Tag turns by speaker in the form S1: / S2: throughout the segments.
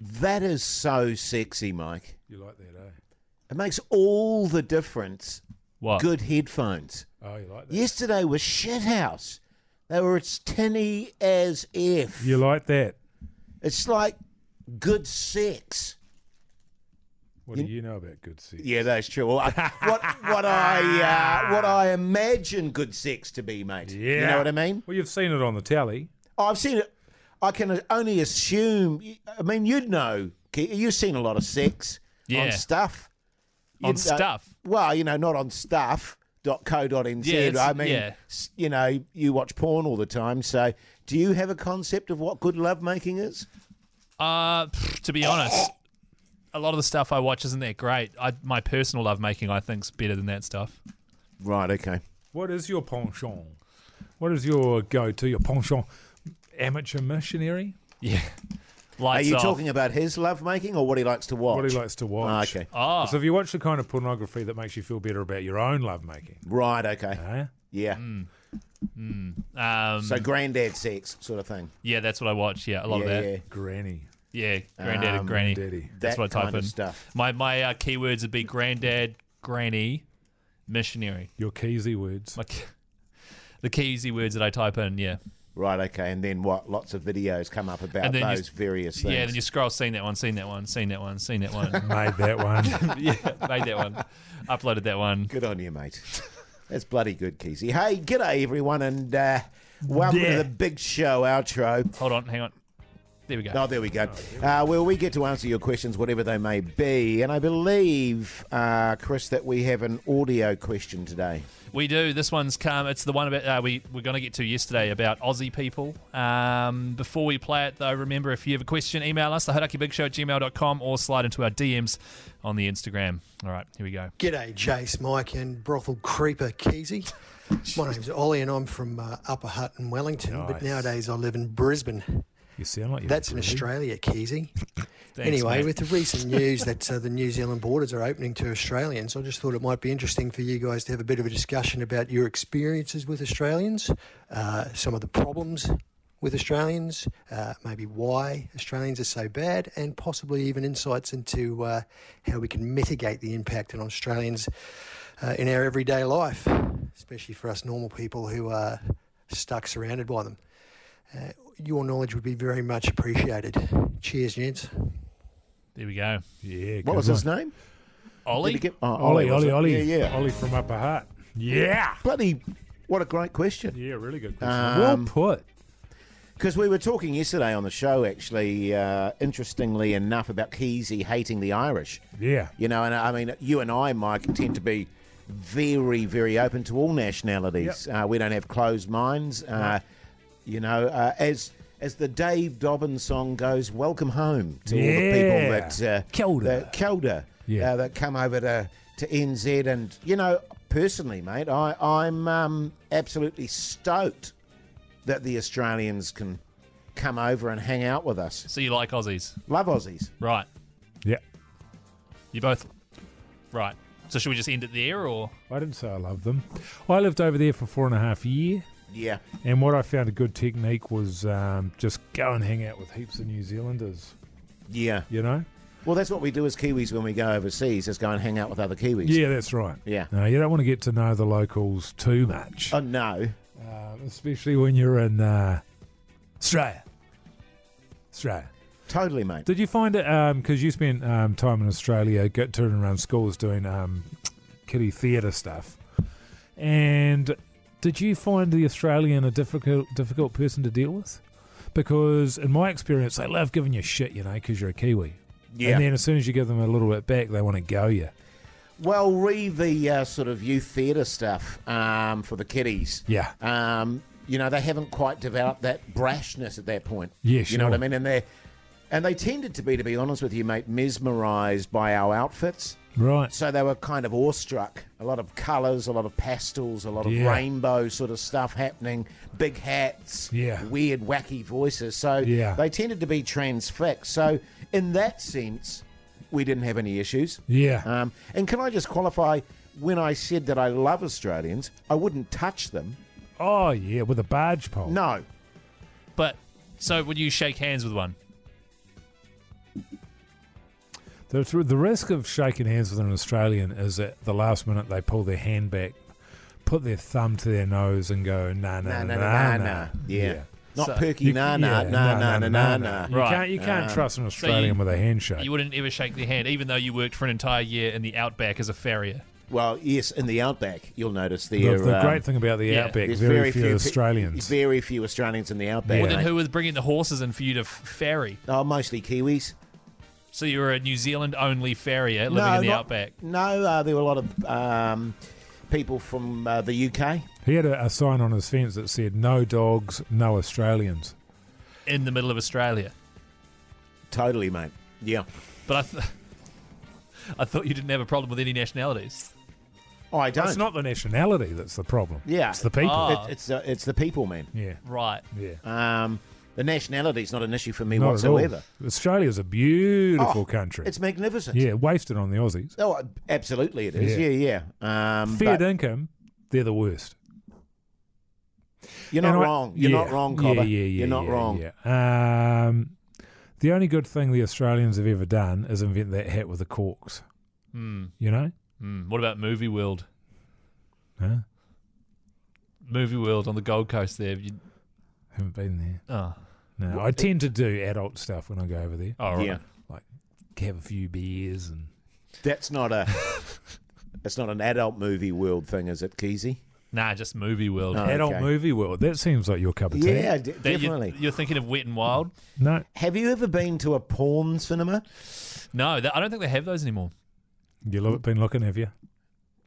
S1: That is so sexy, Mike.
S2: You like that, eh?
S1: It makes all the difference.
S3: What?
S1: Good headphones.
S2: Oh, you like that.
S1: Yesterday was shithouse. They were as tinny as F.
S2: You like that.
S1: It's like good sex.
S2: What do you know about good sex?
S1: Yeah, that's true. Well, I- what what I uh, what I imagine good sex to be, mate. You know what I mean?
S2: Well, you've seen it on the telly.
S1: Oh, I've seen it. I can only assume. I mean, you'd know. Ke- You've seen a lot of sex
S3: Yeah.
S1: on stuff.
S3: On
S1: know-
S3: stuff?
S1: Well, you know, not on stuff. .co.nz.
S3: Yeah, it's-
S1: I mean,
S3: yeah.
S1: s- you know, you watch porn all the time. So, do you have a concept of what good lovemaking is?
S3: Uh, pff, to be honest, a lot of the stuff I watch isn't that great. I, my personal lovemaking, I think, is better than that stuff.
S1: Right. Okay.
S2: What is your penchant? What is your go to, your penchant? Amateur missionary?
S3: Yeah.
S1: Are
S3: Lights
S1: you
S3: off.
S1: talking about his lovemaking or what he likes to watch?
S2: What he likes to watch.
S1: Ah, okay.
S3: Ah.
S2: So if you watch the kind of pornography that makes you feel better about your own lovemaking,
S1: Right. Okay.
S2: eh?
S1: Yeah.
S3: Um,
S1: So granddad sex sort of thing.
S3: yeah, that's what I watch. Yeah, a lot
S1: yeah,
S3: of that.
S1: yeah.
S2: Granny.
S3: Yeah, granddad
S1: Um,
S3: and granny.
S2: granddaddy.
S3: That's
S1: That
S3: what I type
S1: kind of
S3: in.
S1: stuff.
S3: My my uh, keywords would be granddad, granny, missionary.
S2: Your keezy words.
S3: Like the key easy words that I type in. Yeah,
S1: Right. Okay. And then what? Lots of videos come up about
S3: And then you-
S1: those various things.
S3: yeah. Then you scroll, seen that one, seen that one, seen that one, seen that one.
S2: Made that one.
S3: yeah, made that one, uploaded that one.
S1: Good on you, mate. That's bloody good, Keezy. Hey, g'day everyone, and uh, welcome
S2: Yeah.
S1: to the big show outro.
S3: Hold on, hang on. There we go.
S1: Oh, there we go. Uh, where we get to answer your questions, whatever they may be. And I believe, uh, Chris, that we have an audio question today.
S3: We do. This one's come. It's the one about uh, we we're going to get to yesterday about Aussie people. Um, before we play it, though, remember if you have a question, email us thehodakibigshow at gmail.com or slide into our DMs on the Instagram. All right, here we go.
S4: G'day, Jace, Mike, and brothel creeper Keezy. My name's Ollie, and I'm from uh, Upper Hutt in Wellington,
S2: Nice.
S4: but nowadays I live in Brisbane.
S2: You sound like you're
S4: That's in
S2: really-
S4: Australia, Keezy.
S3: Thanks,
S4: anyway,
S3: mate.
S4: with the recent news that uh, the New Zealand borders are opening to Australians, I just thought it might be interesting for you guys to have a bit of a discussion about your experiences with Australians, uh, some of the problems with Australians, uh, maybe why Australians are so bad, and possibly even insights into uh, how we can mitigate the impact on Australians uh, in our everyday life, especially for us normal people who are stuck surrounded by them. Uh, your knowledge would be very much appreciated. Cheers, gents.
S3: There we go.
S2: Yeah.
S1: What
S2: good
S1: was
S2: one.
S1: his name? Did
S3: Ollie,
S1: he get- oh,
S2: Ollie,
S1: was
S2: Ollie,
S1: it?
S2: Ollie.
S1: Yeah, yeah.
S2: Ollie from Upper Hutt. Yeah.
S1: Bloody, what a great question.
S2: Yeah, really good
S1: Um,
S2: question. well put.
S1: Because we were talking yesterday on the show, actually, uh, interestingly enough, about Keezy hating the Irish.
S2: Yeah.
S1: You know, and I mean, you and I, Mike, tend to be very, very open to all nationalities. Uh, we don't have closed minds. Uh, you know, uh, as as the Dave Dobbins song goes, "Welcome home" to all the people
S2: Yeah.
S1: that uh,
S2: Kia ora.
S1: that, kia ora,
S2: Yeah.
S1: uh, that come over to to NZ. And you know, personally, mate, I I'm um, absolutely stoked that the Australians can come over and hang out with us.
S3: so you like Aussies,
S1: Love Aussies.
S3: right?
S2: Yeah.
S3: You both, right? So should we just end it there, or
S2: I didn't say I love them. I lived over there for four and a half year,
S1: Yeah.
S2: and what I found a good technique was um, just go and hang out with heaps of New Zealanders.
S1: Yeah.
S2: You know?
S1: Well, that's what we do as Kiwis when we go overseas, is go and hang out with other Kiwis.
S2: Yeah, that's right.
S1: Yeah.
S2: No, you don't want to get to know the locals too much,
S1: Oh, no.
S2: um, especially when you're in uh, Australia. Australia.
S1: Totally, mate.
S2: Did you find it? Because you spent um, time in Australia, get turning around schools doing um, kiddie theatre stuff, and did you find the Australian a difficult difficult person to deal with? Because in my experience, they love giving you shit, you know, because you're a Kiwi.
S1: Yeah.
S2: And then as soon as you give them a little bit back, they want to go you.
S1: well, read the uh, sort of youth theatre stuff um, for the kiddies.
S2: Yeah.
S1: Um, you know, they haven't quite developed that brashness at that point.
S2: Yeah,
S1: You know what I
S2: sure.
S1: mean? And they and they tended to be, to be honest with you, mate, mesmerised by our outfits.
S2: Right.
S1: So they were kind of awestruck. A lot of colours, a lot of pastels, a lot of
S2: Yeah.
S1: rainbow sort of stuff happening, big hats,
S2: Yeah.
S1: weird, wacky voices. So
S2: Yeah.
S1: they tended to be transfixed. So in that sense, we didn't have any issues.
S2: Yeah.
S1: Um, and can I just qualify when I said that I love Australians, I wouldn't touch them.
S2: oh yeah, with a barge pole.
S1: No.
S3: but so would you shake hands with one?
S2: The, the risk of shaking hands with an Australian is at the last minute they pull their hand back, put their thumb to their nose, and go, nah, nah,
S1: Nah,
S2: nah,
S1: nah, nah, nah,
S2: nah.
S1: Yeah. Not
S3: So-
S1: perky,
S2: You-
S1: nah, nah,
S2: yeah,
S1: nah, nah, nah, nah, nah.
S2: You
S3: Right.
S2: can't, you can't
S1: Um,
S2: trust an Australian with a handshake.
S3: You wouldn't ever shake their hand, even though you worked for an entire year in the outback as a farrier.
S1: Well, yes, in the outback, you'll notice
S2: the
S1: there.
S2: the
S1: um,
S2: great thing about the
S3: yeah,
S2: outback,
S1: there's
S2: very, few,
S1: pe-
S2: Australians.
S1: Very few Australians in the outback.
S2: Yeah.
S3: Well, then
S1: mate.
S3: who was bringing the horses in for you to f- ferry?
S1: Oh, mostly Kiwis.
S3: So you were a New Zealand only farrier living in the
S1: not-
S3: outback.
S1: No, uh, there were a lot of um, people from uh, the UK.
S2: he had a, a sign on his fence that said, "No dogs, no Australians."
S3: in the middle of Australia.
S1: Totally, mate. Yeah.
S3: But I, th- I thought you didn't have a problem with any nationalities.
S1: Oh, I don't.
S2: It's not the nationality that's the problem.
S1: Yeah.
S2: it's the people.
S3: Oh.
S1: It- it's, uh, it's the people, man.
S2: Yeah,
S3: Right.
S2: yeah.
S1: Um, the nationality is not an issue for me
S2: Not at all.
S1: whatsoever.
S2: Australia's a beautiful
S1: Oh,
S2: country.
S1: It's magnificent.
S2: yeah, wasted on the Aussies.
S1: Oh, absolutely it is.
S2: Yeah.
S1: Yeah, yeah. Um,
S2: Fair
S1: but
S2: income, they're the worst.
S1: you're not
S2: And I-
S1: wrong. You're not
S2: yeah,
S1: wrong, Cobber.
S2: Yeah, yeah, yeah.
S1: you're not
S2: yeah,
S1: wrong.
S2: yeah. Um, the only good thing the Australians have ever done is invent that hat with the corks.
S3: Hmm.
S2: You know,
S3: Hmm. What about Movie World?
S2: huh?
S3: Movie World on the Gold Coast there. You,
S2: haven't been there.
S3: oh,
S2: No, I tend to do adult stuff when I go over there.
S3: all right.
S1: Yeah.
S2: Have a few beers and
S1: That's not a. that's not an adult movie world thing, is it, Keezy?
S3: Nah, just Movie World.
S1: No.
S2: adult
S1: Okay.
S2: movie world. That seems like your cup of tea.
S1: Yeah, d-
S3: That you-
S1: definitely.
S3: You're thinking of Wet and Wild?
S2: No,
S1: Have you ever been to a porn cinema?
S3: No, that, I don't think they have those anymore.
S2: you lo- been looking, have you?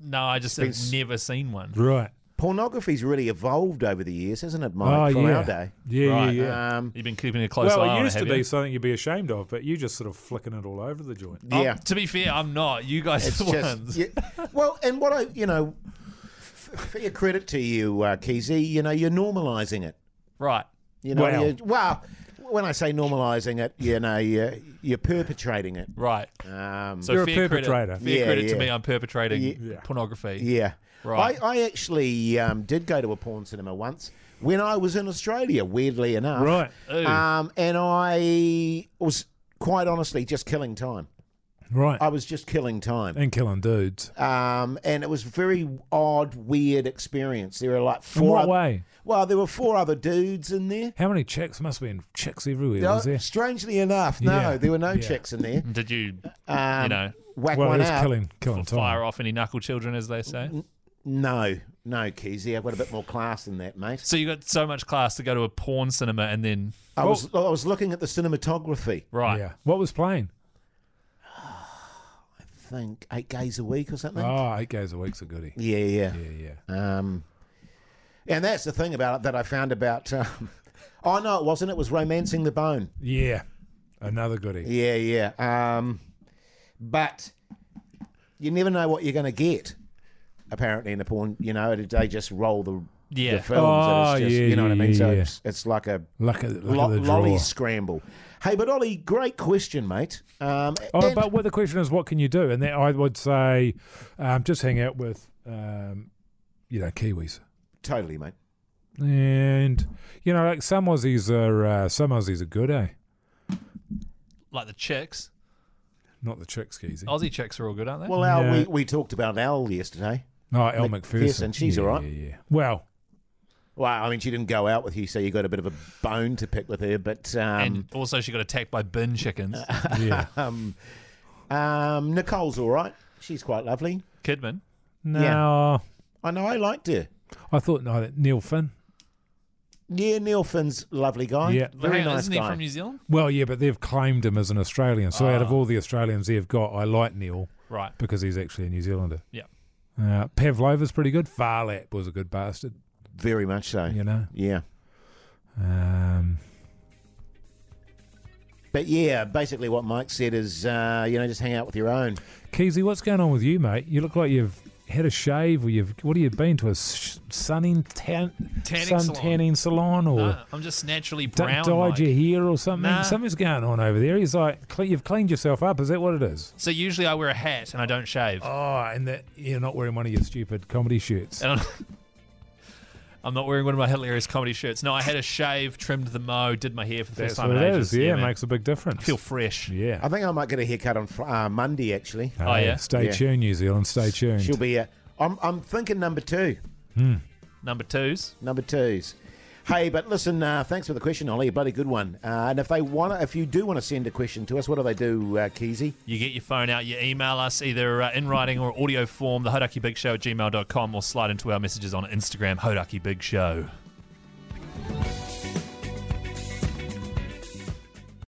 S3: No, I just have
S1: It's-
S3: never seen one.
S2: Right.
S1: Pornography's really evolved over the years, hasn't it,
S2: oh
S1: Mike? from
S2: yeah.
S1: our day.
S2: yeah,
S3: Right,
S2: yeah, yeah.
S1: Um,
S3: You've been keeping a close
S2: Well,
S3: eye on
S2: it used to
S3: have
S2: be
S3: you?
S2: something you'd be ashamed of, but you just sort of flicking it all over the joint.
S3: I'm-
S1: yeah.
S3: Oh, to be fair, I'm not. You guys
S1: It's
S3: are the ones.
S1: just, yeah, well, and what I, you know, f- fair credit to you, uh, Keezy. You know, you're normalising it.
S3: Right.
S1: You know,
S2: Wow.
S1: you- well, when I say normalising it, you know, you're, you're perpetrating it.
S3: Right.
S1: Um,
S3: So
S2: You're a
S3: fair
S2: perpetrator.
S3: Credit, fair
S1: Yeah,
S3: credit to
S1: yeah.
S3: me, I'm perpetrating
S2: Yeah.
S3: pornography.
S1: yeah,
S3: Right.
S1: I, I actually um, did go to a porn cinema once when I was in Australia. Weirdly enough,
S2: Right.
S3: Ooh.
S1: Um, and I was quite honestly just killing time.
S2: Right.
S1: I was just killing time.
S2: and killing dudes.
S1: um, and it was very odd, weird experience. There were like
S2: In
S1: four.
S2: what
S1: oth-
S2: way?
S1: Well, there were four other dudes in there.
S2: How many chicks must be in chicks everywhere?
S1: No,
S2: was there?
S1: strangely enough, no,
S2: Yeah.
S1: there were no
S2: Yeah.
S1: chicks in there.
S3: Did you,
S1: Um,
S3: you know,
S1: whack
S2: Well,
S1: one
S2: it's
S1: out.
S2: killing, killing time.
S3: fire off any knuckle children, as they say?
S1: No, no, Keezy, I've got a bit more class than that, mate.
S3: So you got so much class to go to a porn cinema and then
S1: I was I was looking at the cinematography.
S3: right.
S2: Yeah. What was playing?
S1: I think eight days a week or something.
S2: Oh, eight days a week's a goodie.
S1: Yeah, yeah.
S2: Yeah, yeah.
S1: Um, and that's the thing about it that I found about. Um, oh no, it wasn't. It was romancing the bone.
S2: Yeah. Another goodie.
S1: Yeah, yeah. Um, but you never know what you're going to get. Apparently, in a porn, you know, they just roll the,
S3: Yeah.
S1: the films.
S2: Oh,
S1: and it's just,
S2: yeah,
S1: you know what I
S2: yeah,
S1: mean? So
S2: yeah.
S1: it's, it's like a
S2: Luck of, luck
S1: lo-
S2: of the draw.
S1: lolly scramble. Hey, but Ollie, great question, mate. Um,
S2: Oh,
S1: and-
S2: but what the question is, what can you do? And that I would say, um, just hang out with, um, you know, Kiwis.
S1: totally, mate.
S2: And you know, like some Aussies are, uh, some Aussies are good, eh?
S3: Like the chicks.
S2: Not the chicks, Kiwis. Oh,
S3: Aussie chicks are all good, aren't they?
S1: Well, Al,
S2: Yeah.
S1: we, we talked about Al yesterday.
S2: El McPherson.
S1: McPherson, she's
S2: yeah,
S1: all right.
S2: Yeah, yeah. Well,
S1: Well, I mean, she didn't go out with you, so you got a bit of a bone to pick with her. But
S3: and
S1: um,
S3: also she got attacked by bin chickens.
S2: yeah.
S1: um, um, Nicole's all right. She's quite lovely.
S3: Kidman.
S2: no,
S1: I know I liked her.
S2: I thought no, that Neil Finn.
S1: Yeah, Neil Finn's a lovely guy.
S2: Yeah.
S3: But
S1: very
S3: hang on,
S1: nice
S3: isn't he
S1: guy.
S3: from New Zealand?
S2: Well, yeah, but they've claimed him as an Australian. So out of
S3: Ah.
S2: all the Australians they've got, I like Neil
S3: Right.
S2: because he's actually a New Zealander.
S3: Yeah.
S2: Uh, Pavlova's pretty good. Farlap was a good bastard,
S1: very much so. Yeah.
S2: you know. Um,
S1: but yeah, basically what Mike said is, uh, you know, just hang out with your own.
S2: Keezy, what's going on with you, mate? You look like you've had a shave, or you've what have you been to a sh- sunning tan,
S3: Tanning
S2: sun
S3: salon.
S2: tanning salon, or
S3: No, Uh, I'm just naturally
S2: d-
S3: brown.
S2: dyed
S3: Mike.
S2: your hair or something?
S3: Nah.
S2: Something's going on over there. He's like, cle- you've cleaned yourself up. Is that what it is?
S3: So usually I wear a hat and I don't shave.
S2: Oh, and that you're not wearing one of your stupid comedy shirts.
S3: And I'm- I'm not wearing one of my hilarious comedy shirts. No, I had a shave, trimmed the mo, did my hair for the
S2: That's
S3: first time
S2: what
S3: in
S2: it
S3: ages.
S2: is. Yeah, it
S3: man.
S2: makes a big difference.
S3: I feel fresh.
S2: yeah.
S1: I think I might get a haircut on fr- uh, Monday, actually.
S3: Oh, yeah.
S2: Stay
S1: Yeah.
S2: tuned, New Zealand. Stay tuned.
S1: She'll be. Uh, I'm, I'm thinking number two.
S3: Number twos.
S1: Number twos. Hey, but listen, uh, thanks for the question, Ollie. A bloody good one. Uh, and if they want, if you do want to send a question to us, what do they do, uh, Keezy?
S3: You get your phone out, you email us either uh, in writing or audio form, the Hodaki Big Show at gmail.com, or slide into our messages on Instagram, Hodaki Big Show.